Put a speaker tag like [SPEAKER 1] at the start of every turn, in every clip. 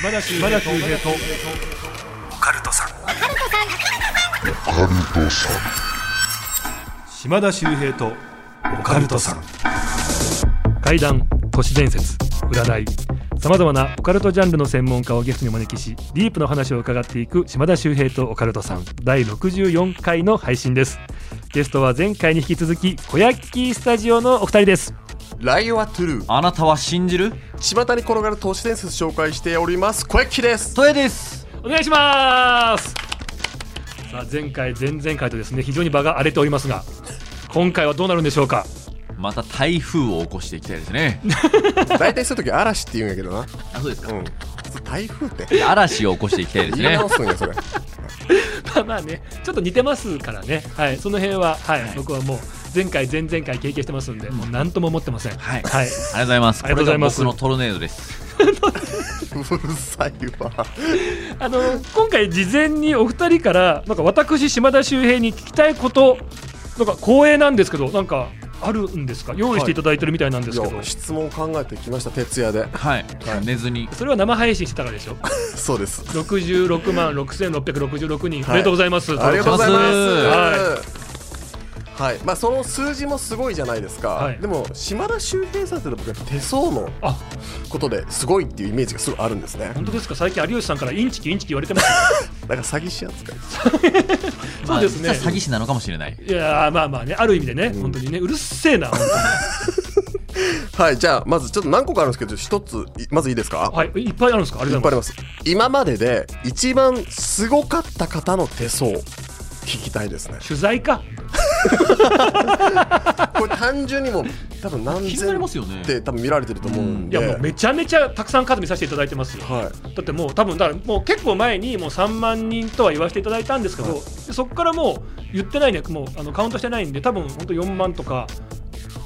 [SPEAKER 1] 島田秀平と
[SPEAKER 2] オカルトさん
[SPEAKER 1] 島田秀平と
[SPEAKER 2] オカルトさん
[SPEAKER 3] 怪談都市伝説占いさまざまなオカルトジャンルの専門家をゲストにお招きしディープの話を伺っていく島田秀平とオカルトさん第64回の配信ですゲストは前回に引き続き小焼きスタジオのお二人です
[SPEAKER 4] ライオはトゥルー
[SPEAKER 5] あなたは信じる
[SPEAKER 4] 巷に転がる都市伝説紹介しております小駅 です
[SPEAKER 5] トエです
[SPEAKER 3] お願いしますさあ前回前々回とですね非常に場が荒れておりますが今回はどうなるんでしょうか
[SPEAKER 5] また台風を起こしていきたいですね
[SPEAKER 4] 大体そういう時嵐って言うんやけどな
[SPEAKER 5] あそうですか
[SPEAKER 4] うん普通台風って
[SPEAKER 5] 嵐を起こしていきたいです
[SPEAKER 4] 言い
[SPEAKER 5] ね
[SPEAKER 4] 直すんや それ
[SPEAKER 3] まあまあね、ちょっと似てますからね、はい、その辺は、はい、僕はもう前回、前々回経験してますんで、もう何とも思ってません。
[SPEAKER 5] はい
[SPEAKER 3] はい、
[SPEAKER 5] ありがとうございます
[SPEAKER 3] ありがとうございます
[SPEAKER 5] これが僕のトルネードです
[SPEAKER 4] うるさいわ
[SPEAKER 3] あの今回、事前にお二人から、なんか私、島田秀平に聞きたいこと、なんか光栄なんですけど、なんかあるんですか、用意していただいてるみたいなんですけど、
[SPEAKER 4] いや質問考えてきました徹 夜で
[SPEAKER 5] はい、寝ずに
[SPEAKER 3] それは生配信してたからでしょ、
[SPEAKER 4] そうです
[SPEAKER 3] 66万6666人、
[SPEAKER 4] はい
[SPEAKER 3] おめでとうございます。
[SPEAKER 4] ありがとうございます
[SPEAKER 3] は
[SPEAKER 4] はい、まあその数字もすごいじゃないですか、
[SPEAKER 3] はい
[SPEAKER 4] でも島田秀平さんって僕は手相の
[SPEAKER 3] あ
[SPEAKER 4] ことですごいっていうイメージがすごいあるんですね
[SPEAKER 3] 本当ですか最近有吉さんからインチキインチキ言われてますよ
[SPEAKER 4] だから詐欺師扱い
[SPEAKER 3] そうですね
[SPEAKER 5] まあ実は詐欺師なのかもしれない
[SPEAKER 3] いやーまあまあねある意味でね、本当にねうるせえな本当に
[SPEAKER 4] はいじゃあまずちょっと何個かあるんですけど一ついまずいいですか
[SPEAKER 3] はい、いっぱいあるんですか。あり
[SPEAKER 4] い
[SPEAKER 3] が
[SPEAKER 4] っ
[SPEAKER 3] と
[SPEAKER 4] ぱ
[SPEAKER 3] うご
[SPEAKER 4] いあり
[SPEAKER 3] ざいま
[SPEAKER 4] ます今までで一番すごかった方の手相聞きたいですね
[SPEAKER 3] す。取材か。
[SPEAKER 4] これ単純にもう多分何
[SPEAKER 5] 気になり
[SPEAKER 4] 千
[SPEAKER 5] ますよね
[SPEAKER 4] って多分見られてると思うん
[SPEAKER 3] い
[SPEAKER 4] で、
[SPEAKER 3] や、もうめちゃめちゃたくさん数見させていただいてますよ。
[SPEAKER 4] はい
[SPEAKER 3] だってもう多分だからもう結構前にもう3万人とは言わせていただいたんですけど、でそこからもう言ってないねもうあのカウントしてないんで多分本当4万とか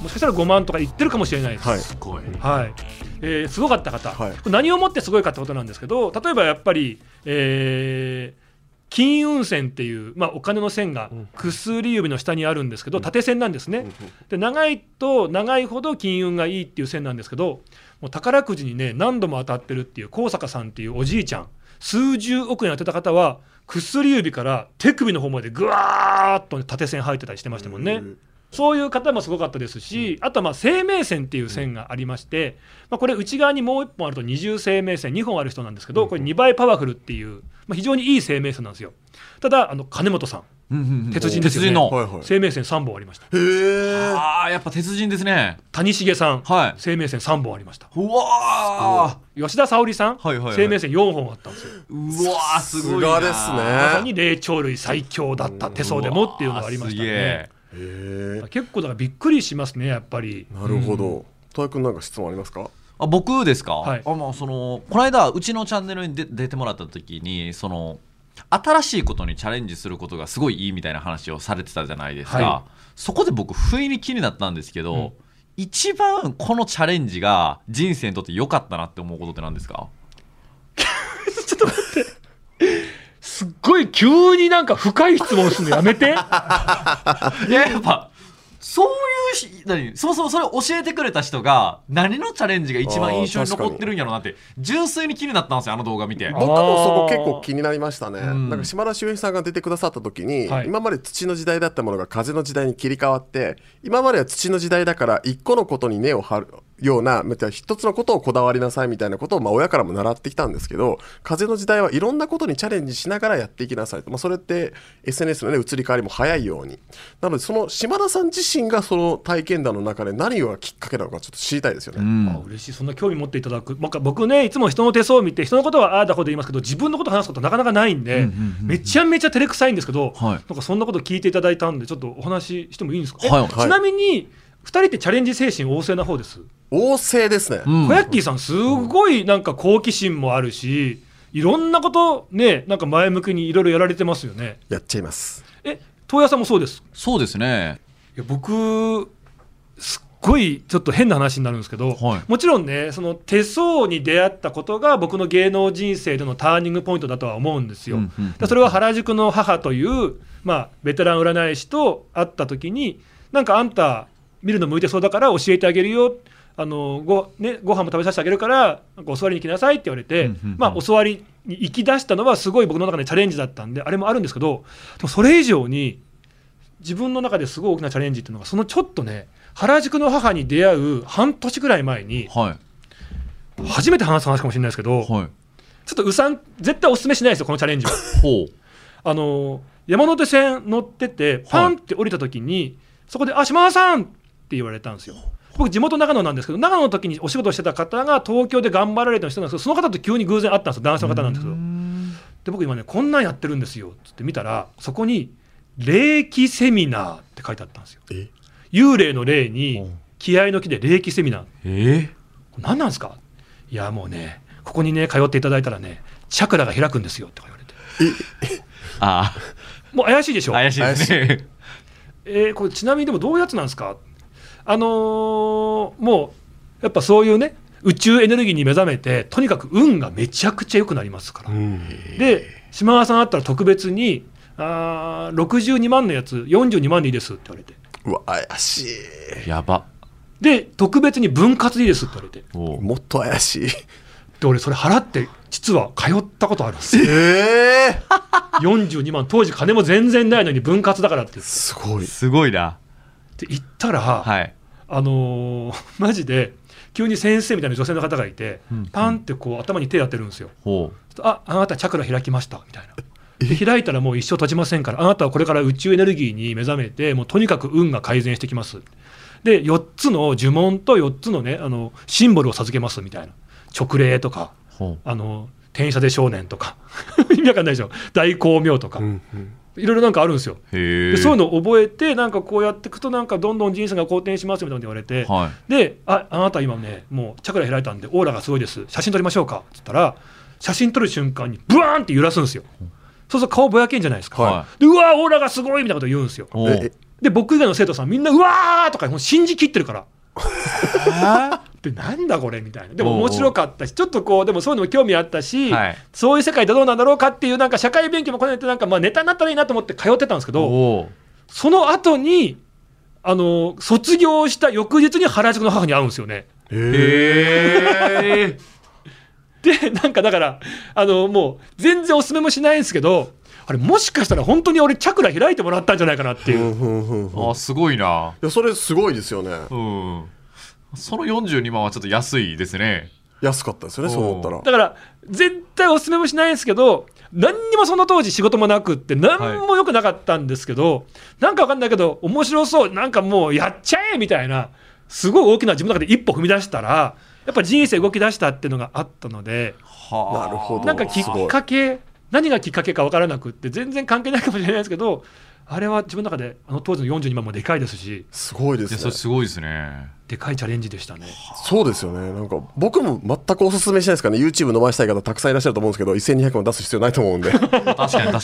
[SPEAKER 3] もしかしたら5万とか言ってるかもしれないです、
[SPEAKER 4] はい
[SPEAKER 5] すごい
[SPEAKER 3] はいえーすごかった方、
[SPEAKER 4] はい
[SPEAKER 3] これ何をもってすごいかってことなんですけど例えばやっぱり、えー金運線っていう、まあ、お金の線が薬指の下にあるんですけど縦線なんですね、で長いと長いほど金運がいいっていう線なんですけどもう宝くじにね何度も当たってるっていう高坂さんっていうおじいちゃん数十億円当てた方は薬指から手首の方までぐわーっとね、縦線入ってたりしてましたもんね。そういう方もすごかったですし、あとはまあ生命線っていう線がありまして、まあ、これ、内側にもう1本あると二重生命線、2本ある人なんですけど、これ、2倍パワフルっていう、まあ、非常にいい生命線なんですよ。ただ、あの金本さん、鉄人ですよね
[SPEAKER 5] 鉄人の、
[SPEAKER 4] はいはい
[SPEAKER 3] 生命線3本ありました、
[SPEAKER 4] へー
[SPEAKER 5] ああやっぱ鉄人ですね
[SPEAKER 3] 谷繁さん、
[SPEAKER 5] はい
[SPEAKER 3] 生命線3本ありました、
[SPEAKER 5] うわ
[SPEAKER 3] 吉田沙保里さん、
[SPEAKER 5] はいはいはい
[SPEAKER 3] 生命線4本あったんですよ。
[SPEAKER 5] ーうわーすごい
[SPEAKER 4] が
[SPEAKER 5] な
[SPEAKER 4] です
[SPEAKER 3] まさ
[SPEAKER 4] ね
[SPEAKER 3] に霊長類最強だった手相でもっていうのがありました
[SPEAKER 5] うわ
[SPEAKER 3] ね
[SPEAKER 5] ー。
[SPEAKER 4] へ
[SPEAKER 3] 結構だからびっくりしますねやっぱり。
[SPEAKER 4] ーなるほど戸谷君なんか質問ありますか
[SPEAKER 5] あ僕ですか、
[SPEAKER 3] はい
[SPEAKER 5] あまあ、そのこの間うちのチャンネルに出出てもらった時にその新しいことにチャレンジすることがすごいいいみたいな話をされてたじゃないですか、
[SPEAKER 3] は
[SPEAKER 5] そこで僕不意に気になったんですけど、一番このチャレンジが人生にとって良かったなって思うことって何ですか
[SPEAKER 3] ちょっと待って。すっごい急になんか深い質問するのやめて。
[SPEAKER 5] いややっぱそういうし何そもそもそれを教えてくれた人が何のチャレンジが一番印象に残ってるんやろうなって純粋に気になったんですよあの動画見て。
[SPEAKER 3] あ
[SPEAKER 4] 僕もそこ結構気になりましたね、
[SPEAKER 5] ん
[SPEAKER 4] なんか島田秀平さんが出てくださった時に、
[SPEAKER 3] はい
[SPEAKER 4] 今まで土の時代だったものが風の時代に切り替わって今までは土の時代だから一個のことに根を張るようなまた一つのことをこだわりなさいみたいなことをまあ親からも習ってきたんですけど風の時代はいろんなことにチャレンジしながらやっていきなさいと、まあ、それって SNS の、ね、移り変わりも早いようになのでその島田さん自身がその体験談の中で何がきっかけなのかちょっと知りたいですよね。
[SPEAKER 5] うん
[SPEAKER 3] あ嬉しい、そんな興味持っていただく、なんか僕ね、いつも人の手相を見て、人のことはああだこうで言いますけど、自分のこと話すことなかなかないんで、
[SPEAKER 5] うんうんうんうん
[SPEAKER 3] めちゃめちゃ照れくさいんですけど、
[SPEAKER 5] はい
[SPEAKER 3] なんかそんなこと聞いていただいたんで、ちょっとお話ししてもいいんですか、
[SPEAKER 5] はい
[SPEAKER 3] えちなみに、2人ってチャレンジ精神旺盛な方です。
[SPEAKER 4] 旺盛ですね、
[SPEAKER 5] うん
[SPEAKER 3] 小ヤッキーさん、すごいなんか好奇心もあるし、いろんなこと、ね、なんか前向きにいろいろやられてますよね。
[SPEAKER 4] やっちゃいます
[SPEAKER 3] え東野さんもそうです
[SPEAKER 5] そうですね
[SPEAKER 3] いや僕すっごいちょっと変な話になるんですけど、
[SPEAKER 5] はい
[SPEAKER 3] もちろんねその手相に出会ったことが僕の芸能人生でのターニングポイントだとは思うんですよ。
[SPEAKER 5] うんうんうん
[SPEAKER 3] でそれは原宿の母という、まあ、ベテラン占い師と会った時になんかあんた見るの向いてそうだから教えてあげるよあのご,、ね、ご飯も食べさせてあげるからなんかお座りに来なさいって言われて、
[SPEAKER 5] うんうんうん
[SPEAKER 3] まあ、お座りに行き出したのはすごい僕の中でチャレンジだったんであれもあるんですけどでもそれ以上に自分の中ですごい大きなチャレンジっていうのがそのちょっとね原宿の母に出会う半年ぐらい前に
[SPEAKER 5] は
[SPEAKER 3] 初めて話す話かもしれないですけど、
[SPEAKER 5] いはい
[SPEAKER 3] ちょっとうさん絶対お勧めしないですよこのチャレン ジは。
[SPEAKER 5] ほう
[SPEAKER 3] あの山手線乗っててパンって降りた時に、そこで「あ島田さん!」って言われたんですよ僕地元長野なんですけど長野の時にお仕事してた方が東京で頑張られてる人なんですけどその方と急に偶然会ったんですよ男性の方なんですけどで僕今ねこんなんやってるんですよっつって見たらそこに「霊気セミナー」って書いてあったんですよ
[SPEAKER 4] え
[SPEAKER 3] 幽霊の霊に気合の気で霊気セミナー
[SPEAKER 5] え
[SPEAKER 3] 何なんですかいやもうねここにね通っていただいたらねチャクラが開くんですよって言われて
[SPEAKER 5] あ
[SPEAKER 3] もう怪しいでし
[SPEAKER 5] あ
[SPEAKER 3] ょ
[SPEAKER 5] 怪しいですね
[SPEAKER 3] えーこれちなみにでもどういうやつなんですかあのーもうやっぱそういうね宇宙エネルギーに目覚めてとにかく運がめちゃくちゃ良くなりますから、で島川さんあったら特別にあー62万のやつ42万でいいですって言われて
[SPEAKER 4] うわ怪しい
[SPEAKER 5] やば
[SPEAKER 3] で特別に分割でいいですって言われて
[SPEAKER 5] お
[SPEAKER 4] もっと怪しい
[SPEAKER 3] で俺それ払って実は通ったことあるん です
[SPEAKER 4] え
[SPEAKER 3] よ
[SPEAKER 4] え
[SPEAKER 3] 42万当時金も全然ないのに分割だからって言っ
[SPEAKER 4] すごい
[SPEAKER 5] すごいな
[SPEAKER 3] てで行ったら、
[SPEAKER 5] はい
[SPEAKER 3] あのーマジで急に先生みたいな女性の方がいて、
[SPEAKER 5] うん
[SPEAKER 3] パンってこう頭に手当てるんですよ
[SPEAKER 5] ほう
[SPEAKER 3] ああなたチャクラ開きましたみたいなで開いたらもう一生閉じませんからあなたはこれから宇宙エネルギーに目覚めてもうとにかく運が改善してきますで4つの呪文と4つのねあのシンボルを授けますみたいな直霊とか
[SPEAKER 5] ほ
[SPEAKER 3] あの転写で少年とか 意味わかんないでしょ大光明とか、
[SPEAKER 4] うんうん
[SPEAKER 3] いろいろなんかあるんですよ
[SPEAKER 5] うへえ
[SPEAKER 3] でそういうのを覚えてなんかこうやっていくとなんかどんどん人生が好転しますみたいなこと言われて、
[SPEAKER 5] はい
[SPEAKER 3] でああなた今ねもうチャクラ開いたんでオーラがすごいです写真撮りましょうかって言ったら写真撮る瞬間にブワーンって揺らすんですよそうすると顔ぼやけんじゃないですか、
[SPEAKER 5] は
[SPEAKER 3] でうわーオーラがすごいみたいなこと言うんですよ
[SPEAKER 5] お
[SPEAKER 4] ええ
[SPEAKER 3] で僕以外の生徒さんみんなうわーとかもう信じきってるから でなんだこれみたいなでも面白かったしちょっとこうでもそういうのも興味あったし、
[SPEAKER 5] はい
[SPEAKER 3] そういう世界ってどうなんだろうかっていうなんか社会勉強もこねてなんかまあネタになったらいいなと思って通ってたんですけど
[SPEAKER 5] お
[SPEAKER 3] その後にあの卒業した翌日に原宿の母に会うんですよね。
[SPEAKER 5] へえ
[SPEAKER 3] でなんかだからあのもう全然おすすめもしないんですけどあれもしかしたら本当に俺チャクラ開いてもらったんじゃないかなっていうう、
[SPEAKER 4] んうんうんうんい
[SPEAKER 5] あすごいな
[SPEAKER 4] やそれすごいですよね
[SPEAKER 5] うんその42万はちょっと安いですね
[SPEAKER 4] 安かったですよねそう思ったら
[SPEAKER 3] だから絶対おすすめもしないんですけど何にもその当時仕事もなくって何も良くなかったんですけど、なんかわかんないけど面白そうなんかもうやっちゃえみたいなすごい大きな自分の中で一歩踏み出したらやっぱ人生動き出したっていうのがあったので。
[SPEAKER 5] は
[SPEAKER 4] なるほど
[SPEAKER 3] なんかきっかけ、何がきっかけか分からなくって、全然関係ないかもしれないですけど、あれは自分の中で、あの当時の42万もでかいですし、
[SPEAKER 4] すごいで
[SPEAKER 5] いや
[SPEAKER 4] す
[SPEAKER 5] それ
[SPEAKER 4] ね
[SPEAKER 5] すごいですね
[SPEAKER 3] でかいチャレンジでしたね。
[SPEAKER 4] そうですよねなんか僕も全くおすすめしないですからね YouTube 伸ばしたい方たくさんいらっしゃると思うんですけど1200万出す必要ないと思うんで
[SPEAKER 5] 確かに確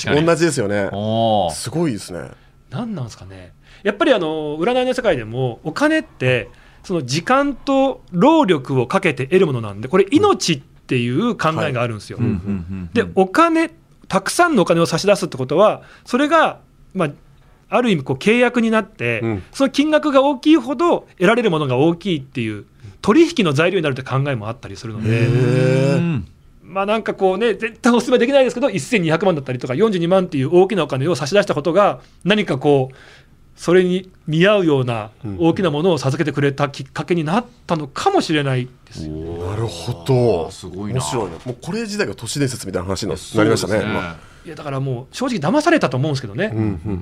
[SPEAKER 5] かに
[SPEAKER 4] 同じですよね
[SPEAKER 5] おー
[SPEAKER 4] すごいですね
[SPEAKER 3] 何なんですかね、やっぱりあの占いの世界でも、お金って、その時間と労力をかけて得るものなんで、これ、命っていう考えがあるんですよ。
[SPEAKER 5] うんうんうん
[SPEAKER 3] でお金たくさんのお金を差し出すってことはそれが、まあ、ある意味こう契約になって、
[SPEAKER 4] うん
[SPEAKER 3] その金額が大きいほど得られるものが大きいっていう取引の材料になるって考えもあったりするの
[SPEAKER 4] へ
[SPEAKER 3] で、
[SPEAKER 5] う
[SPEAKER 4] え
[SPEAKER 5] ん
[SPEAKER 3] まあ、なんかこうね絶対お勧めできないですけど1200万だったりとか42万っていう大きなお金を差し出したことが何かこうそれに見合うような大きなものを授けてくれたきっかけになったのかもしれないですよ。
[SPEAKER 4] なるほど
[SPEAKER 5] すごいな
[SPEAKER 4] 面白いねもうこれ自体が都市伝説みたいな話にな
[SPEAKER 5] そう
[SPEAKER 4] なり
[SPEAKER 5] で
[SPEAKER 4] まし
[SPEAKER 5] す
[SPEAKER 4] たね今
[SPEAKER 3] いやだからもう正直騙されたと思うんですけどね、
[SPEAKER 4] うん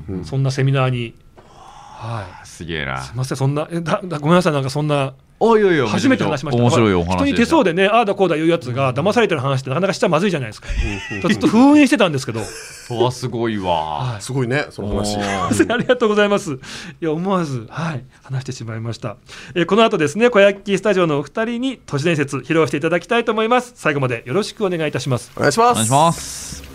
[SPEAKER 4] うんうん
[SPEAKER 3] そんなセミナーに。はい
[SPEAKER 5] すげえな
[SPEAKER 3] すみません、そんな、えだだごめんなさい、なんかそんな、
[SPEAKER 5] おいおいおい
[SPEAKER 3] 初めて話しました。
[SPEAKER 5] 面白いお話
[SPEAKER 3] 人に手相でね、ああだこうだ言うやつが、騙されてる話ってなかなかしちゃまずいじゃないですか。だからずっと封印してたんですけど、
[SPEAKER 5] うわすごいわ
[SPEAKER 3] はい
[SPEAKER 4] すごいねその話
[SPEAKER 3] すい
[SPEAKER 5] おー
[SPEAKER 3] ませんありがとうございます。いや、思わず、はい、話してしまいました。えーこの後ですね、小焼スタジオのお二人に都市伝説披露していただきたいと思います。最後までよろしくお願いいたします。
[SPEAKER 4] お願いしま
[SPEAKER 5] お願い
[SPEAKER 4] す
[SPEAKER 5] します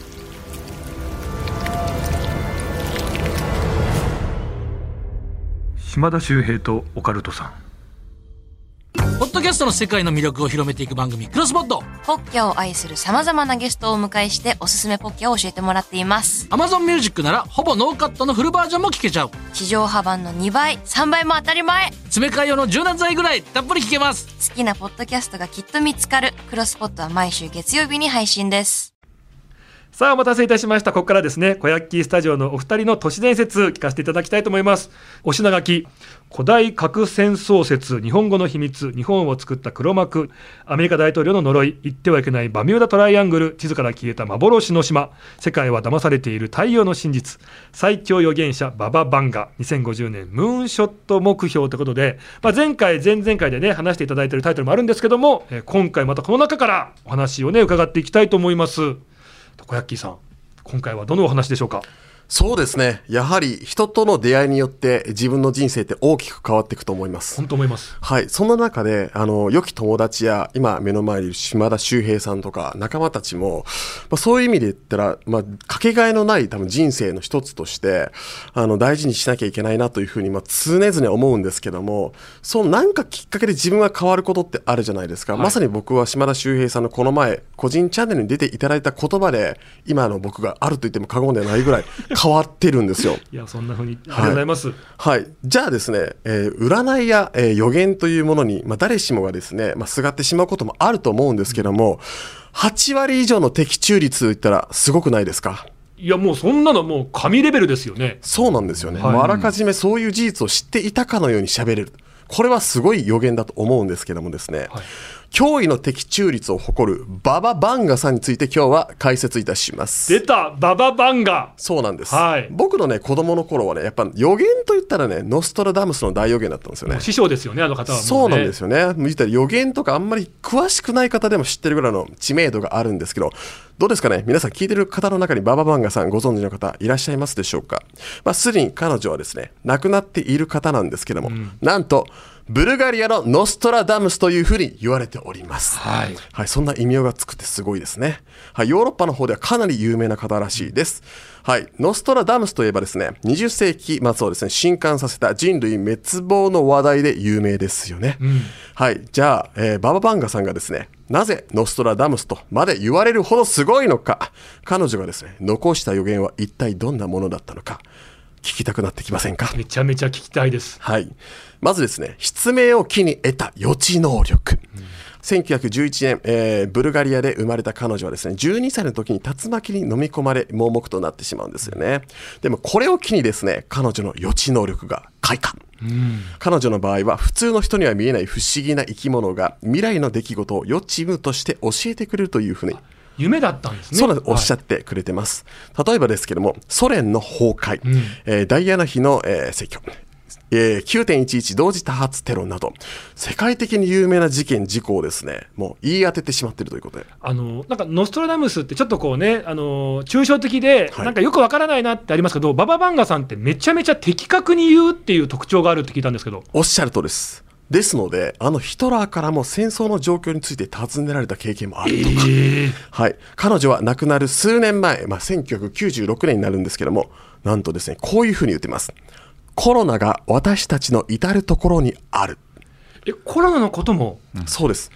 [SPEAKER 3] 島田秀平とオカルトさん。
[SPEAKER 1] ポッドキャストの世界の魅力を広めていく番組、クロスポッド。
[SPEAKER 6] ポッキャを愛する様々なゲストをお迎えしておすすめポッキャを教えてもらっています。
[SPEAKER 1] Amazon Music なら、ほぼノーカットのフルバージョンも聞けちゃう。
[SPEAKER 6] 地上波版の2倍、3倍も当たり前
[SPEAKER 1] 詰め替え用の柔軟剤ぐらい、たっぷり聞けます。
[SPEAKER 6] 好きなポッドキャストがきっと見つかる。クロスポットは毎週月曜日に配信です。
[SPEAKER 3] さあお待たせいたしましたここからですね小ヤッキースタジオのお二人の都市伝説聞かせていただきたいと思いますお品書き古代核戦争説日本語の秘密日本を作った黒幕アメリカ大統領の呪い言ってはいけないバミューダトライアングル地図から消えた幻の島世界は騙されている太陽の真実最強予言者バババンガ2050年ムーンショット目標ということで、まあ、前回前々回でね話していただいているタイトルもあるんですけども、えー今回またこの中からお話をね伺っていきたいと思いますたこ焼きさん今回はどのお話でしょうか
[SPEAKER 4] そうですねやはり人との出会いによって自分の人生って大きく変わっていくと思います
[SPEAKER 3] 本当思います
[SPEAKER 4] はい、そんな中であの良き友達や今目の前にいる島田秀平さんとか仲間たちも、まあ、そういう意味で言ったら、まあ、かけがえのない多分人生の一つとしてあの大事にしなきゃいけないなというふうに、まあ、常々思うんですけどもそうなんかきっかけで自分が変わることってあるじゃないですか、まさに僕は島田秀平さんのこの前個人チャンネルに出ていただいた言葉で今の僕があると言っても過言ではないぐらい変わってるんですよ。
[SPEAKER 3] いやそんなふうにありがとうございます、
[SPEAKER 4] はい、じゃあですね、えー占いや、えー予言というものに、まあ、誰しもがですね、まあ、すがってしまうこともあると思うんですけども、8割以上の的中率といったらすごくないですか
[SPEAKER 3] い、やもうそんなのもう神レベルですよね
[SPEAKER 4] そうなんですよね、
[SPEAKER 3] はい
[SPEAKER 4] もうあらかじめそういう事実を知っていたかのように喋れるこれはすごい予言だと思うんですけどもですね、
[SPEAKER 3] はい
[SPEAKER 4] 驚異の的中率を誇るバババンガさんについて今日は解説いたします
[SPEAKER 3] 出たバババンガ
[SPEAKER 4] そうなんです、
[SPEAKER 3] はい
[SPEAKER 4] 僕のね子供の頃はねやっぱ予言といったらねノストラダムスの大予言だったんですよね
[SPEAKER 3] 師匠ですよねあの方はもう、ね、
[SPEAKER 4] そうなんですよね。言ったら予言とかあんまり詳しくない方でも知ってるぐらいの知名度があるんですけど、どうですかね皆さん聞いてる方の中にバババンガさんご存知の方いらっしゃいますでしょうかまあ、すでに彼女はですね、亡くなっている方なんですけども、なんと、ブルガリアのノストラダムスというふうに言われております。
[SPEAKER 5] はい
[SPEAKER 4] はい、そんな異名がつくってすごいですね。はい、ヨーロッパの方ではかなり有名な方らしいです。はい、ノストラダムスといえばですね、20世紀末をですね、震撼させた人類滅亡の話題で有名ですよね。はい、じゃあ、えーバババンガさんがですね、なぜノストラダムスとまで言われるほどすごいのか、彼女がですね、残した予言は一体どんなものだったのか、聞きたくなってきませんか
[SPEAKER 3] めちゃめちゃ聞きたいです
[SPEAKER 4] はい。まずですね、失明を機に得た予知能力。1911年、えーブルガリアで生まれた彼女はですね、12歳の時に竜巻に飲み込まれ、盲目となってしまうんですよね。でもこれを機にですね、彼女の予知能力が開花。彼女の場合は普通の人には見えない不思議な生き物が未来の出来事を予知夢として教えてくれるというふうに
[SPEAKER 3] 夢だったんですね
[SPEAKER 4] そうなんです、おっしゃ
[SPEAKER 3] っ
[SPEAKER 4] ってくれてます。例えばですけども、ソ連の崩壊、えーダイアナ妃の、えー、逝去。えー9.11同時多発テロなど世界的に有名な事件事故をですねもう言い当ててしまってるということで
[SPEAKER 3] あのなんかノストラダムスってちょっとこうねあの抽象的で、
[SPEAKER 4] はい
[SPEAKER 3] なんかよくわからないなってありますけどバババンガさんってめちゃめちゃ的確に言うっていう特徴があるって聞いたんですけど
[SPEAKER 4] おっしゃるとですですのであのヒトラーからも戦争の状況について尋ねられた経験もあるとか、はい、彼女は亡くなる数年前、まあ、1996年になるんですけどもなんとですねこういうふうに言ってますコロナが私たちの至る所にある
[SPEAKER 3] えコロナのことも、
[SPEAKER 4] そうです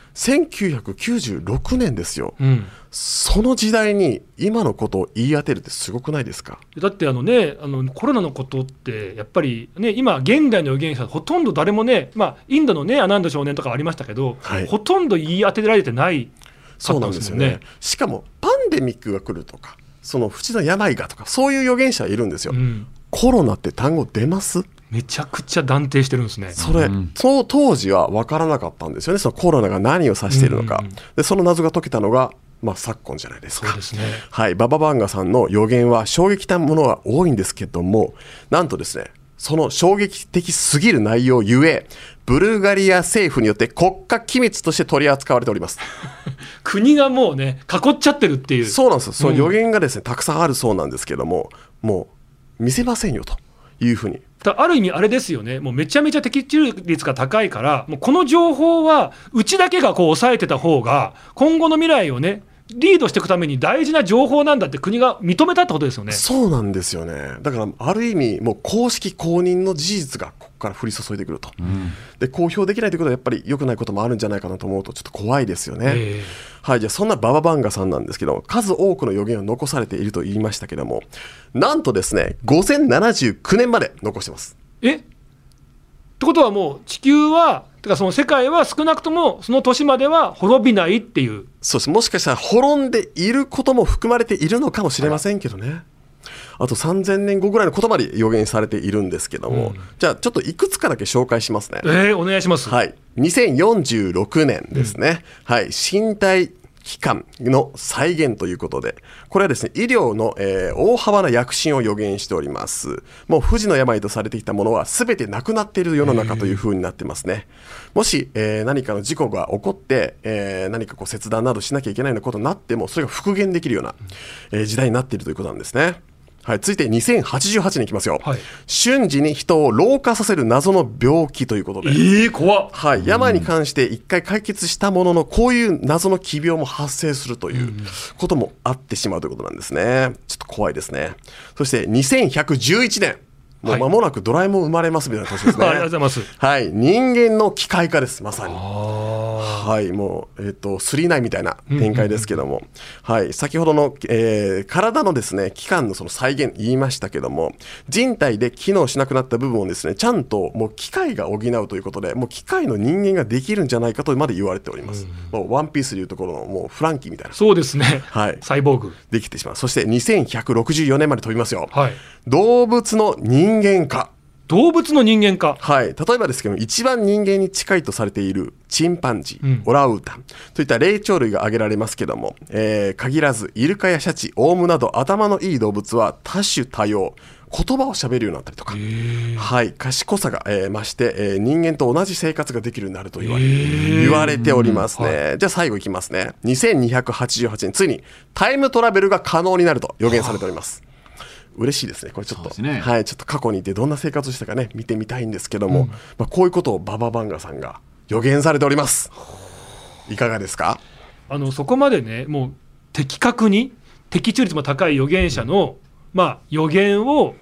[SPEAKER 4] 1996年ですよ、
[SPEAKER 3] うん、
[SPEAKER 4] その時代に今のことを言い当てるってすごくないですか
[SPEAKER 3] だってあの、ね、あのコロナのことって、やっぱり、ね、今、現代の予言者、ほとんど誰もね、まあ、インドの、ね、アナンド少年とかありましたけど、
[SPEAKER 4] はい
[SPEAKER 3] ほとんど言い当てられてない、
[SPEAKER 4] そうなんですよね
[SPEAKER 3] そうです
[SPEAKER 4] しかもパンデミックが来るとかその不治の病がとかそういう予言者いるんですよ、
[SPEAKER 3] うん、
[SPEAKER 4] コロナって単語出ます
[SPEAKER 3] めちゃくちゃ断定してるんですね。
[SPEAKER 4] それ、その当時は分からなかったんですよねそのコロナが何を指しているのか、
[SPEAKER 3] うんうんうん
[SPEAKER 4] でその謎が解けたのが、まあ、昨今じゃないですか
[SPEAKER 3] そうですね
[SPEAKER 4] はい、バババンガさんの予言は衝撃的なものは多いんですけどもなんとですねその衝撃的すぎる内容ゆえブルガリア政府によって国家機密として取り扱われております
[SPEAKER 3] 国がもうね、囲っちゃってるっていう、
[SPEAKER 4] そうなんですよその予言がですね、たくさんあるそうなんですけどももう見せませんよというふうに
[SPEAKER 3] だある意味、あれですよね、もうめちゃめちゃ的中率が高いから、もうこの情報は、うちだけがこう抑えてた方が、今後の未来をね、リードしていくために大事な情報なんだって国が認めたってことですよね。
[SPEAKER 4] そうなんですよねだからある意味もう公式公認の事実がこから降り注いでくると、で公表できないということはやっぱり良くないこともあるんじゃないかなと思うとちょっと怖いですよね、はいじゃあそんなバババンガさんなんですけども数多くの予言を残されていると言いましたけどもなんとですね5079年まで残してます
[SPEAKER 3] えってことはもう地球はてかその世界は少なくともその年までは滅びないっていう
[SPEAKER 4] そうですもしかしたら滅んでいることも含まれているのかもしれませんけどねあと3000年後ぐらいのことまで予言されているんですけども、じゃあちょっといくつかだけ紹介しますね
[SPEAKER 3] えー、お願いします、
[SPEAKER 4] はい、2046年ですね、はい、身体機関の再現ということで、これはですね、医療の、えー大幅な躍進を予言しております。もう不治の病とされてきたものは全てなくなっている世の中という風になってますね。もし、えー何かの事故が起こって、えー何かこう切断などしなきゃいけないようなことになっても、それが復元できるような、えー時代になっているということなんですね。はい、続いて2088年いきますよ、
[SPEAKER 3] はい
[SPEAKER 4] 瞬時に人を老化させる謎の病気ということで、
[SPEAKER 3] えー、怖っ
[SPEAKER 4] はい、病に関して一回解決したもののこういう謎の奇病も発生するということもあってしまうということなんですねちょっと怖いですねそして2111年もう間もなくドラえもん生まれますみたいな年ですね
[SPEAKER 3] ありがとうございます
[SPEAKER 4] はい人間の機械化ですまさにはいもうえっ、と3-9みたいな展開ですけども、はい先ほどの、えー体のですね器官のその再現言いましたけども人体で機能しなくなった部分をですねちゃんともう機械が補うということでもう機械の人間ができるんじゃないかとまで言われております、もうワンピースでいうところのもうフランキーみたいな
[SPEAKER 3] そうですね、
[SPEAKER 4] はい
[SPEAKER 3] サイボーグ
[SPEAKER 4] できてしまうそして2164年まで飛びますよ、
[SPEAKER 3] はい
[SPEAKER 4] 動物の人間化
[SPEAKER 3] 動物の人間化
[SPEAKER 4] はい、例えばですけども一番人間に近いとされているチンパンジー、
[SPEAKER 3] ん
[SPEAKER 4] オランウータンといった霊長類が挙げられますけども、えー限らずイルカやシャチオウムなど頭のいい動物は多種多様言葉を喋るようになったりとか、はい、賢さが、えー増して、えー人間と同じ生活ができるようになると言われ,、言われておりますね、じゃあ最後いきますね2288年ついにタイムトラベルが可能になると予言されております嬉しいですねこれちょっ
[SPEAKER 5] そうで
[SPEAKER 4] と、
[SPEAKER 5] すね
[SPEAKER 4] はい、ちょっと過去にいてどんな生活をしたかね見てみたいんですけども、まあ、こういうことをバババンガさんが予言されておりますいかがですか
[SPEAKER 3] あのそこまでね、もう的確に的中率も高い予言者の、まあ、予言を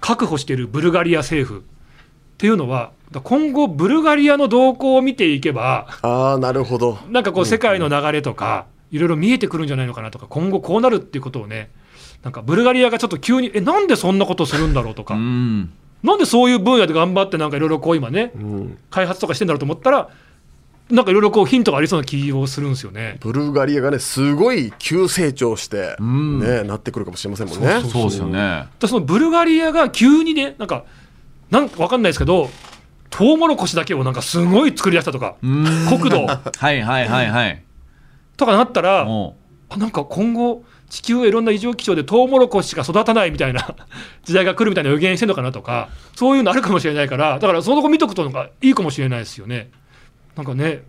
[SPEAKER 3] 確保しているブルガリア政府っていうのは、だ今後、ブルガリアの動向を見ていけば、
[SPEAKER 4] ああなるほど
[SPEAKER 3] なんかこう、世界の流れとか、いろいろ見えてくるんじゃないのかなとか、今後こうなるっていうことをね、なんかブルガリアがちょっと急に、え、なんでそんなことするんだろうとか
[SPEAKER 5] う、ん
[SPEAKER 3] なんでそういう分野で頑張って、なんかいろいろこう、今ね、開発とかしてんだろうと思ったら、なんかいろいろこう、ヒントがありそうな気をするんですよね。
[SPEAKER 4] ブルガリアがねすごい急成長して、
[SPEAKER 5] ん
[SPEAKER 4] ね、なってくるかもしれませんもんね
[SPEAKER 5] そうですよね
[SPEAKER 3] だからそのブルガリアが急にねなんかなんかわかんないですけどトウモロコシだけをなんかすごい作り出したとか
[SPEAKER 5] うん
[SPEAKER 3] 国土
[SPEAKER 5] はいはいはいはい
[SPEAKER 3] とかなった ら
[SPEAKER 5] も
[SPEAKER 3] あなんか今後地球はいろんな異常気象でトウモロコシしか育たないみたいな 時代が来るみたいな予言してるのかなとかそういうのあるかもしれないからだからそのとこ見とくとのがいいかもしれないですよねなんかねだか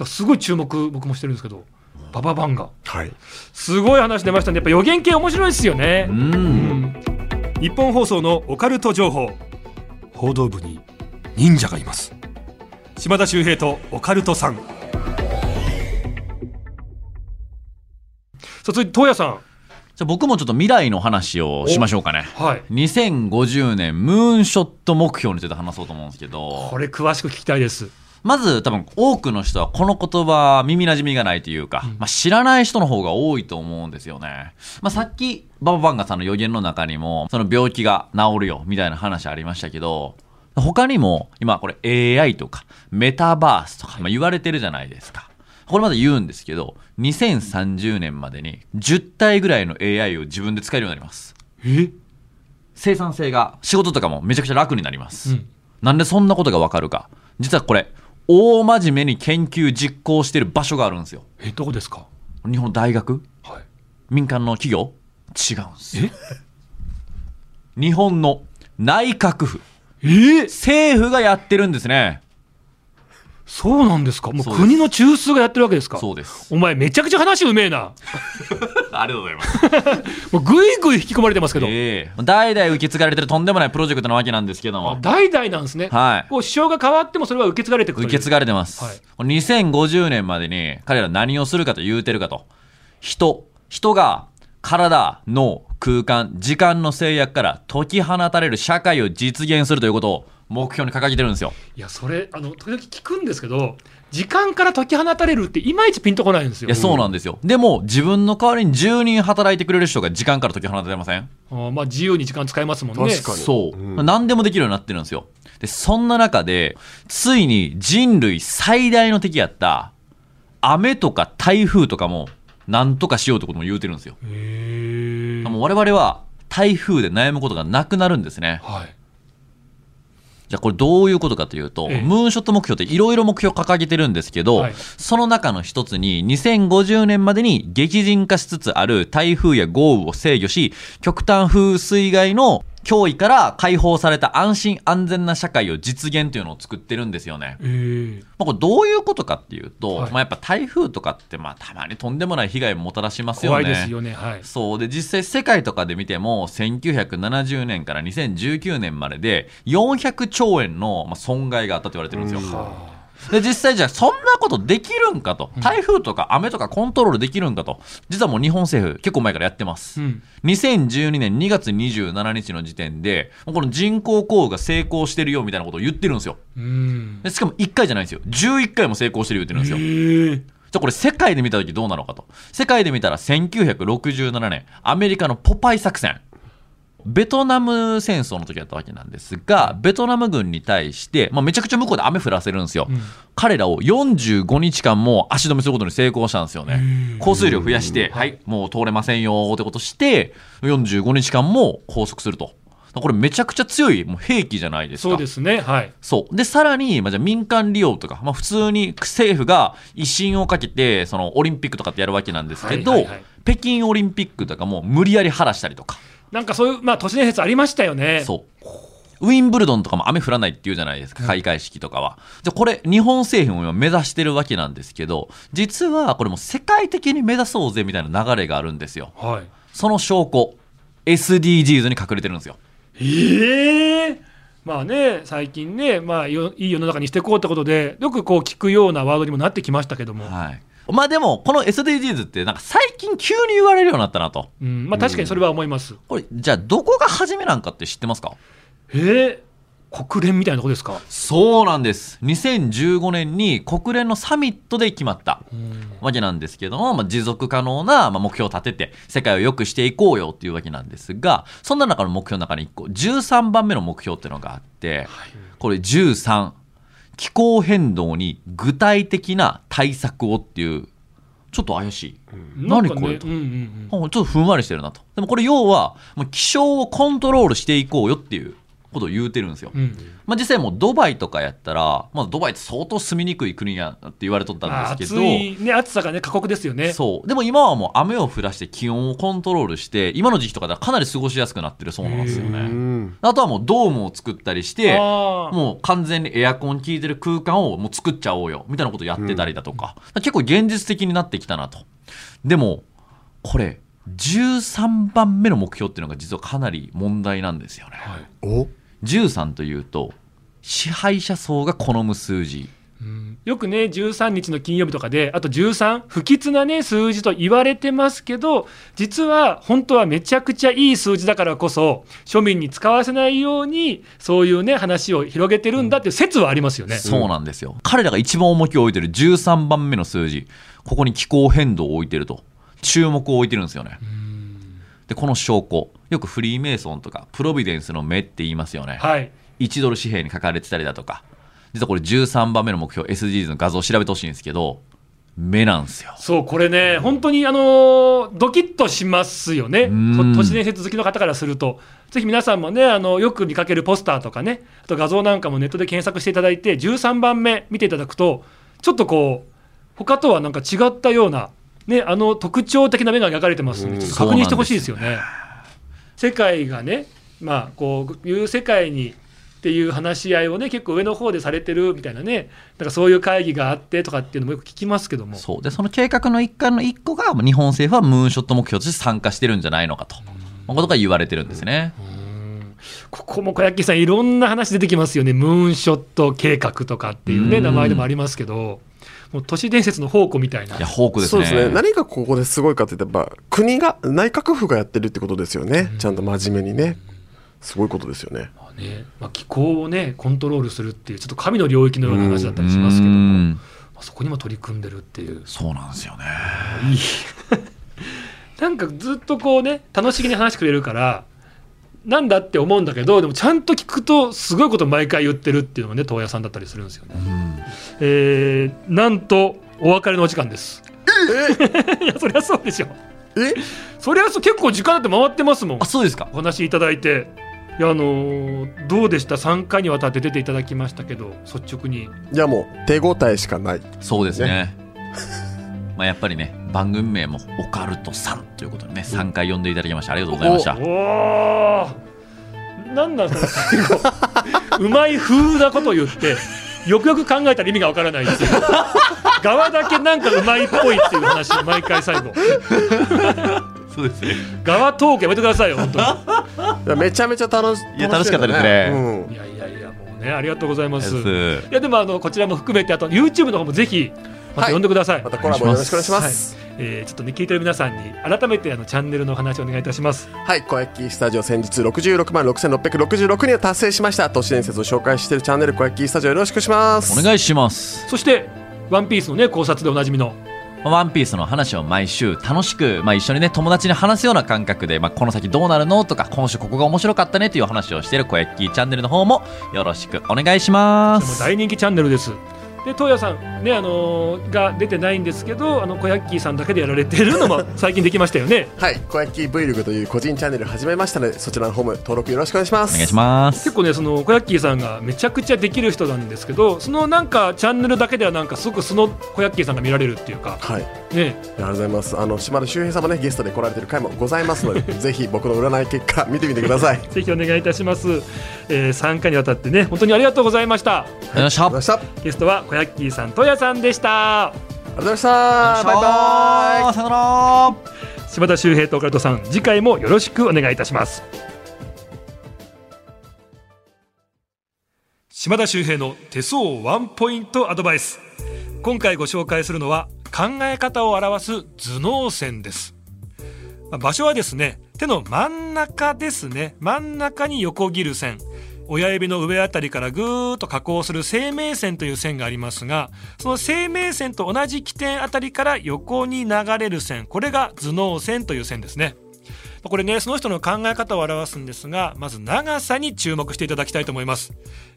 [SPEAKER 3] らすごい注目僕もしてるんですけどバババンが
[SPEAKER 4] はい
[SPEAKER 3] すごい話出ましたねやっぱ予言系面白いですよね
[SPEAKER 5] ううん
[SPEAKER 3] 日本放送のオカルト情報
[SPEAKER 2] 報道部に忍者がいます
[SPEAKER 3] 島田秀平とオカルトさんさあ続いて東野さ
[SPEAKER 5] じゃあ僕もちょっと未来の話をしましょうかね。
[SPEAKER 3] んはい
[SPEAKER 5] 2050年ムーンショット目標について話そうと思うんですけど
[SPEAKER 3] こ、れ詳しく聞きたいです
[SPEAKER 5] まず多分多くの人はこの言葉耳馴染みがないというか、まあ、知らない人の方が多いと思うんですよね。まあ、さっきバババンガさんの予言の中にもその病気が治るよみたいな話ありましたけど、他にも今これ AI とかメタバースとかまあ言われてるじゃないですか。これまだ言うんですけど、2030年までに10体ぐらいの AI を自分で使えるようになります。
[SPEAKER 3] え
[SPEAKER 5] 生産性が仕事とかもめちゃくちゃ楽になります、
[SPEAKER 3] うん
[SPEAKER 5] なんでそんなことがわかるか実はこれ大真面目に研究実行してる場所があるんですよ
[SPEAKER 3] えどこですか
[SPEAKER 5] 日本の大学
[SPEAKER 3] はい
[SPEAKER 5] 民間の企業違うんですよ日本の内閣府
[SPEAKER 3] え
[SPEAKER 5] 政府がやってるんですね
[SPEAKER 3] そうなんですかもう
[SPEAKER 5] そうです
[SPEAKER 3] 国の中枢がやってるわけですか
[SPEAKER 5] そうです
[SPEAKER 3] お前めちゃくちゃ話うめえな
[SPEAKER 5] ありがとうございます
[SPEAKER 3] もうぐいぐい引き込まれてますけど、
[SPEAKER 5] ええ代々受け継がれてるとんでもないプロジェクトなわけなんですけど
[SPEAKER 3] あ
[SPEAKER 5] も
[SPEAKER 3] 代々なんですね、
[SPEAKER 5] はい
[SPEAKER 3] こう首相が変わってもそれは受け継がれていくという
[SPEAKER 5] 受け継がれてます、
[SPEAKER 3] はい
[SPEAKER 5] これ2050年までに彼ら何をするかと言うてるかと人人が体脳空間時間の制約から解き放たれる社会を実現するということを目標に掲げてるんですよ。
[SPEAKER 3] いやそれあの時々聞くんですけど時間から解き放たれるっていまいちピンとこないんですよ
[SPEAKER 5] いや、そうなんですよ。でも、自分の代わりに10人働いてくれる人が時間から解き放たれません
[SPEAKER 3] あーまあ自由に時間使えますもんね
[SPEAKER 4] 確かに
[SPEAKER 5] そう、
[SPEAKER 4] うん
[SPEAKER 5] まあ何でもできるようになってるんですよでそんな中でついに人類最大の敵やった雨とか台風とかもなんとかしようってことも言うてるんですよ
[SPEAKER 3] へえ
[SPEAKER 5] もう我々は台風で悩むことがなくなるんですね
[SPEAKER 3] はい
[SPEAKER 5] じゃあこれどういうことかというと、
[SPEAKER 3] ええ
[SPEAKER 5] ムーンショット目標っていろいろ目標掲げてるんですけど、
[SPEAKER 3] はい
[SPEAKER 5] その中の一つに2050年までに激甚化しつつある台風や豪雨を制御し極端風水害の脅威から解放された安心安全な社会を実現というのを作ってるんですよね。
[SPEAKER 3] え
[SPEAKER 5] まあ、これどういうことかっていうと、
[SPEAKER 3] はい
[SPEAKER 5] まあ、やっぱ台風とかってまあたまにとんでもない被害をもたらしますよ
[SPEAKER 3] 怖
[SPEAKER 5] ね。
[SPEAKER 3] いですよねはい
[SPEAKER 5] そうで実際世界とかで見ても1970年から2019年までで400兆円のまあ損害があったと言われてるんですよ。で実際じゃあそんなことできるんかと台風とか雨とかコントロールできるんかと実はもう日本政府結構前からやってます。
[SPEAKER 3] うん
[SPEAKER 5] 2012年2月27日の時点でもうこの人工降雨が成功してるよみたいなことを言ってるんですよ。
[SPEAKER 3] うん
[SPEAKER 5] でしかも1回じゃないんですよ11回も成功してる言ってるんですよ。じゃあこれ世界で見た時どうなのかと世界で見たら1967年アメリカのポパイ作戦ベトナム戦争の時だったわけなんですがベトナム軍に対して、まあ、めちゃくちゃ向こうで雨降らせるんですよ、
[SPEAKER 3] うん
[SPEAKER 5] 彼らを45日間も足止めすることに成功したんですよね降水量増やしてはいもう通れませんよってことして45日間も拘束するとこれめちゃくちゃ強いもう兵器じゃないですか
[SPEAKER 3] そうですねはい
[SPEAKER 5] そう。で、さらに、まあ、じゃあ民間利用とか、まあ、普通に政府が威信をかけて、そのオリンピックとかってやるわけなんですけど、
[SPEAKER 3] はいはいはい
[SPEAKER 5] 北京オリンピックとかも無理やり晴らしたりとか、
[SPEAKER 3] なんかそういうまあ都市伝説ありましたよね
[SPEAKER 5] そう。ウィンブルドンとかも雨降らないっていうじゃないですか、開会式とかは。じゃあこれ、日本政府も今目指してるわけなんですけど、実はこれもう世界的に目指そうぜみたいな流れがあるんですよ。
[SPEAKER 3] はい
[SPEAKER 5] その証拠、SDGs に隠れてるんですよ。
[SPEAKER 3] ええまあね最近ね、まあ、よいい世の中にしていこうってことでよくこう聞くようなワードにもなってきましたけども、
[SPEAKER 5] はい。まあでも、この SDGs ってなんか最近急に言われるようになったなと。
[SPEAKER 3] うんまあ、確かにそれは思います、
[SPEAKER 5] これじゃあどこが初めなんかって知ってますか
[SPEAKER 3] えー、国連みたいなとこですか、
[SPEAKER 5] そうなんです2015年に国連のサミットで決まったわけなんですけども、まあ、持続可能なまあ目標を立てて世界を良くしていこうよっていうわけなんですがそんな中の目標の中に1個13番目の目標っていうのがあってこれ13気候変動に具体的な対策をっていうちょっと怪しい。
[SPEAKER 3] なんかね
[SPEAKER 5] 何これと
[SPEAKER 3] うんうんうん、
[SPEAKER 5] うんちょっとふんわりしてるなと。でもこれ要は、もう気象をコントロールしていこうよっていうことを言うてるんですよ。
[SPEAKER 3] うん
[SPEAKER 5] まあ実際もうドバイとかやったら、まあドバイって相当住みにくい国やって言われとったんで
[SPEAKER 3] 暑
[SPEAKER 5] すけ
[SPEAKER 3] いね暑さがね過酷ですよ
[SPEAKER 5] ど、
[SPEAKER 3] ね
[SPEAKER 5] そう。でも今はもう雨を降らして気温をコントロールして、今の時期とかではかなり過ごしやすくなってるそうなんですよ
[SPEAKER 4] う
[SPEAKER 5] ね。
[SPEAKER 4] ん
[SPEAKER 5] あとはもうドームを作ったりし
[SPEAKER 3] あ
[SPEAKER 5] て、
[SPEAKER 3] ー
[SPEAKER 5] もう完全にエアコン効いてる空間をもう作っちゃおうよみたいなことやってたりだとか、結構現実的になってきたなとでもこれ13番目の目標っていうのが実はかなり問題なんですよね、
[SPEAKER 4] お
[SPEAKER 5] 13というと支配者層が好む数字
[SPEAKER 3] よくね13日の金曜日とかであと13不吉なね数字と言われてますけど実は本当はめちゃくちゃいい数字だからこそ庶民に使わせないようにそういうね話を広げてるんだっていう説はありますよね。
[SPEAKER 5] そうなんですよ、彼らが一番重きを置いてる13番目の数字ここに気候変動を置いてると注目を置いてるんですよねでこの証拠よくフリーメイソンとかプロビデンスの目って言いますよね、
[SPEAKER 3] はい
[SPEAKER 5] 1ドル紙幣に書かれてたりだとか実はこれ13番目の目標 SDGs の画像を調べてほしいんですけど目なんですよ
[SPEAKER 3] そうこれね、本当に、あのードキッとしますよね、
[SPEAKER 5] うん
[SPEAKER 3] と都市伝説好きの方からすると、ぜひ皆さんもね、あのよく見かけるポスターとかね、あと画像なんかもネットで検索していただいて、13番目見ていただくと、ちょっとこう、他とはなんか違ったような、ね、あの特徴的な目が描かれてますので、ちょっと確認してほしいですよね。世界がね、まあ、こういう世界にっていう話し合いをね、結構上の方でされてるみたいなね、なんかそういう会議があってとかっていうのもよく聞きますけども。
[SPEAKER 5] そうでその計画の一環の一個が日本政府はムーンショット目標として参加してるんじゃないのかとまあことが言われてるんですね、
[SPEAKER 3] ここも小焼さん、いろんな話出てきますよね、ムーンショット計画とかっていうね、
[SPEAKER 5] うん
[SPEAKER 3] 名前でもありますけど、もう都市伝説の宝庫みたいない
[SPEAKER 5] や。宝庫です
[SPEAKER 4] そう
[SPEAKER 5] ね
[SPEAKER 4] ですね何がここですごいかって言ったらやっぱ国が内閣府がやってるってことですよね、ちゃんと真面目にねすごいことですよね、
[SPEAKER 3] ねまあ、気候をねコントロールするっていうちょっと神の領域のような話だったりしますけど
[SPEAKER 5] う
[SPEAKER 3] も、ま
[SPEAKER 5] ん
[SPEAKER 3] あ、そこにも取り組んでるっていう
[SPEAKER 5] そうなんですよね
[SPEAKER 3] いいなんかずっとこうね楽しげに話してくれるからなんだって思うんだけどでもちゃんと聞くとすごいこと毎回言ってるっていうのがね東屋さんだったりするんですよね。えーなんとお別れのお時間です。 いやそりゃそうでしょ。
[SPEAKER 4] え
[SPEAKER 3] そりゃそう結構時間だって回ってますもん
[SPEAKER 5] あ。そうですか
[SPEAKER 3] お話いただいて。いやあのーどうでした3回にわたって出ていただきましたけど率直に
[SPEAKER 4] いやもう手応えしかない
[SPEAKER 5] そうですねまあやっぱりね番組名も「オカルトさん」ということでね3回呼んでいただきましてありがとうございました
[SPEAKER 3] おおなんなんその最 後うまい風なこと言ってよくよく考えたら意味がわからないっていう側だけなんかうまいっぽいっていう話毎回最後
[SPEAKER 5] そうですね
[SPEAKER 3] 側トークやめてくださいよ本当
[SPEAKER 4] いやめちゃめちゃ楽し
[SPEAKER 5] いや楽しかったですね
[SPEAKER 3] にいやいやいやもうねありがとうございますい
[SPEAKER 5] です
[SPEAKER 3] やでもあのこちらも含めてあと YouTube の方もぜひまた呼んでください、
[SPEAKER 4] うんまたコラボよろしくお願いします
[SPEAKER 3] えーちょっとね聞いてる皆さんに改めてあのチャンネルのお話をお願いいたします
[SPEAKER 4] はい、小焼スタジオ先日66万6666人を達成しました都市伝説を紹介しているチャンネル小焼スタジオよろしくします
[SPEAKER 5] お願いします
[SPEAKER 3] そして「ワンピースのね考察でおなじみの
[SPEAKER 5] ワンピースの話を毎週楽しく、まあ、一緒にね、友達に話すような感覚で、まあ、この先どうなるのとか、今週ここが面白かったねという話をしている小焼きチャンネルの方もよろしくお願いしま
[SPEAKER 3] でも
[SPEAKER 5] す。
[SPEAKER 3] 大人気チャンネルです。で東野さん、ねあのーが出てないんですけどあの小ヤッキーさんだけでやられてるの も最近できましたよね
[SPEAKER 4] はい、小焼 Vlog という個人チャンネル始めましたのでそちらの方も登録よろしくお願いします
[SPEAKER 5] お願いします
[SPEAKER 3] 結。構ねその小ヤッキーさんがめちゃくちゃできる人なんですけどそのなんかチャンネルだけではなんかすごくその小ヤッキーさんが見られるっていうか
[SPEAKER 4] はい、あり
[SPEAKER 3] ね
[SPEAKER 4] がとうございますあの島田秀平様ねゲストで来られてる回もございます のでぜひ僕の占い結果見てみてくださいありがと
[SPEAKER 3] ぜひお願いいたします、えー、参加にわたってね本当にありがとうございました
[SPEAKER 5] ありがとうございました
[SPEAKER 4] うございましたあり
[SPEAKER 3] ゲストは小ヤッキーさん東野さんでした
[SPEAKER 4] がとうございましたバイバイ
[SPEAKER 5] さよなら
[SPEAKER 3] 柴田修平とオカルトさん次回もよろしくお願いいたします島田修平の手相ワンポイントアドバイス今回ご紹介するのは考え方を表す頭脳線ですまあ場所はですね手の真ん中ですね真ん中に横切る線親指の上あたりからぐーっと加工する生命線という線がありますがその生命線と同じ起点あたりから横に流れる線これが頭脳線という線ですねこれねその人の考え方を表すんですがまず長さに注目していただきたいと思います、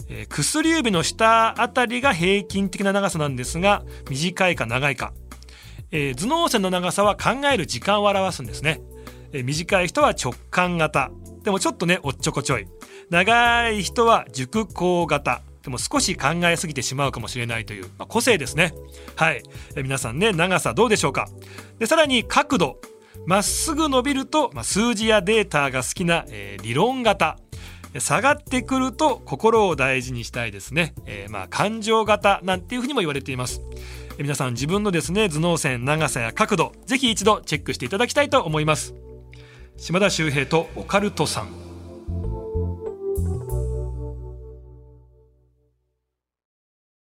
[SPEAKER 3] えー薬指の下あたりが平均的な長さなんですが短いか長いかえー頭脳線の長さは考える時間を表すんですね、えー短い人は直感型でもちょっとねおっちょこちょい長い人は熟考型でも少し考えすぎてしまうかもしれないという、まあ、個性ですねはい、えー皆さんね長さどうでしょうかでさらに角度まっすぐ伸びると、まあ、数字やデータが好きな、えー理論型下がってくると心を大事にしたいですね、えーまあ感情型なんていうふうにも言われていますえー皆さん自分のですね頭脳線長さや角度ぜひ一度チェックしていただきたいと思います島田秀平とオカルトさん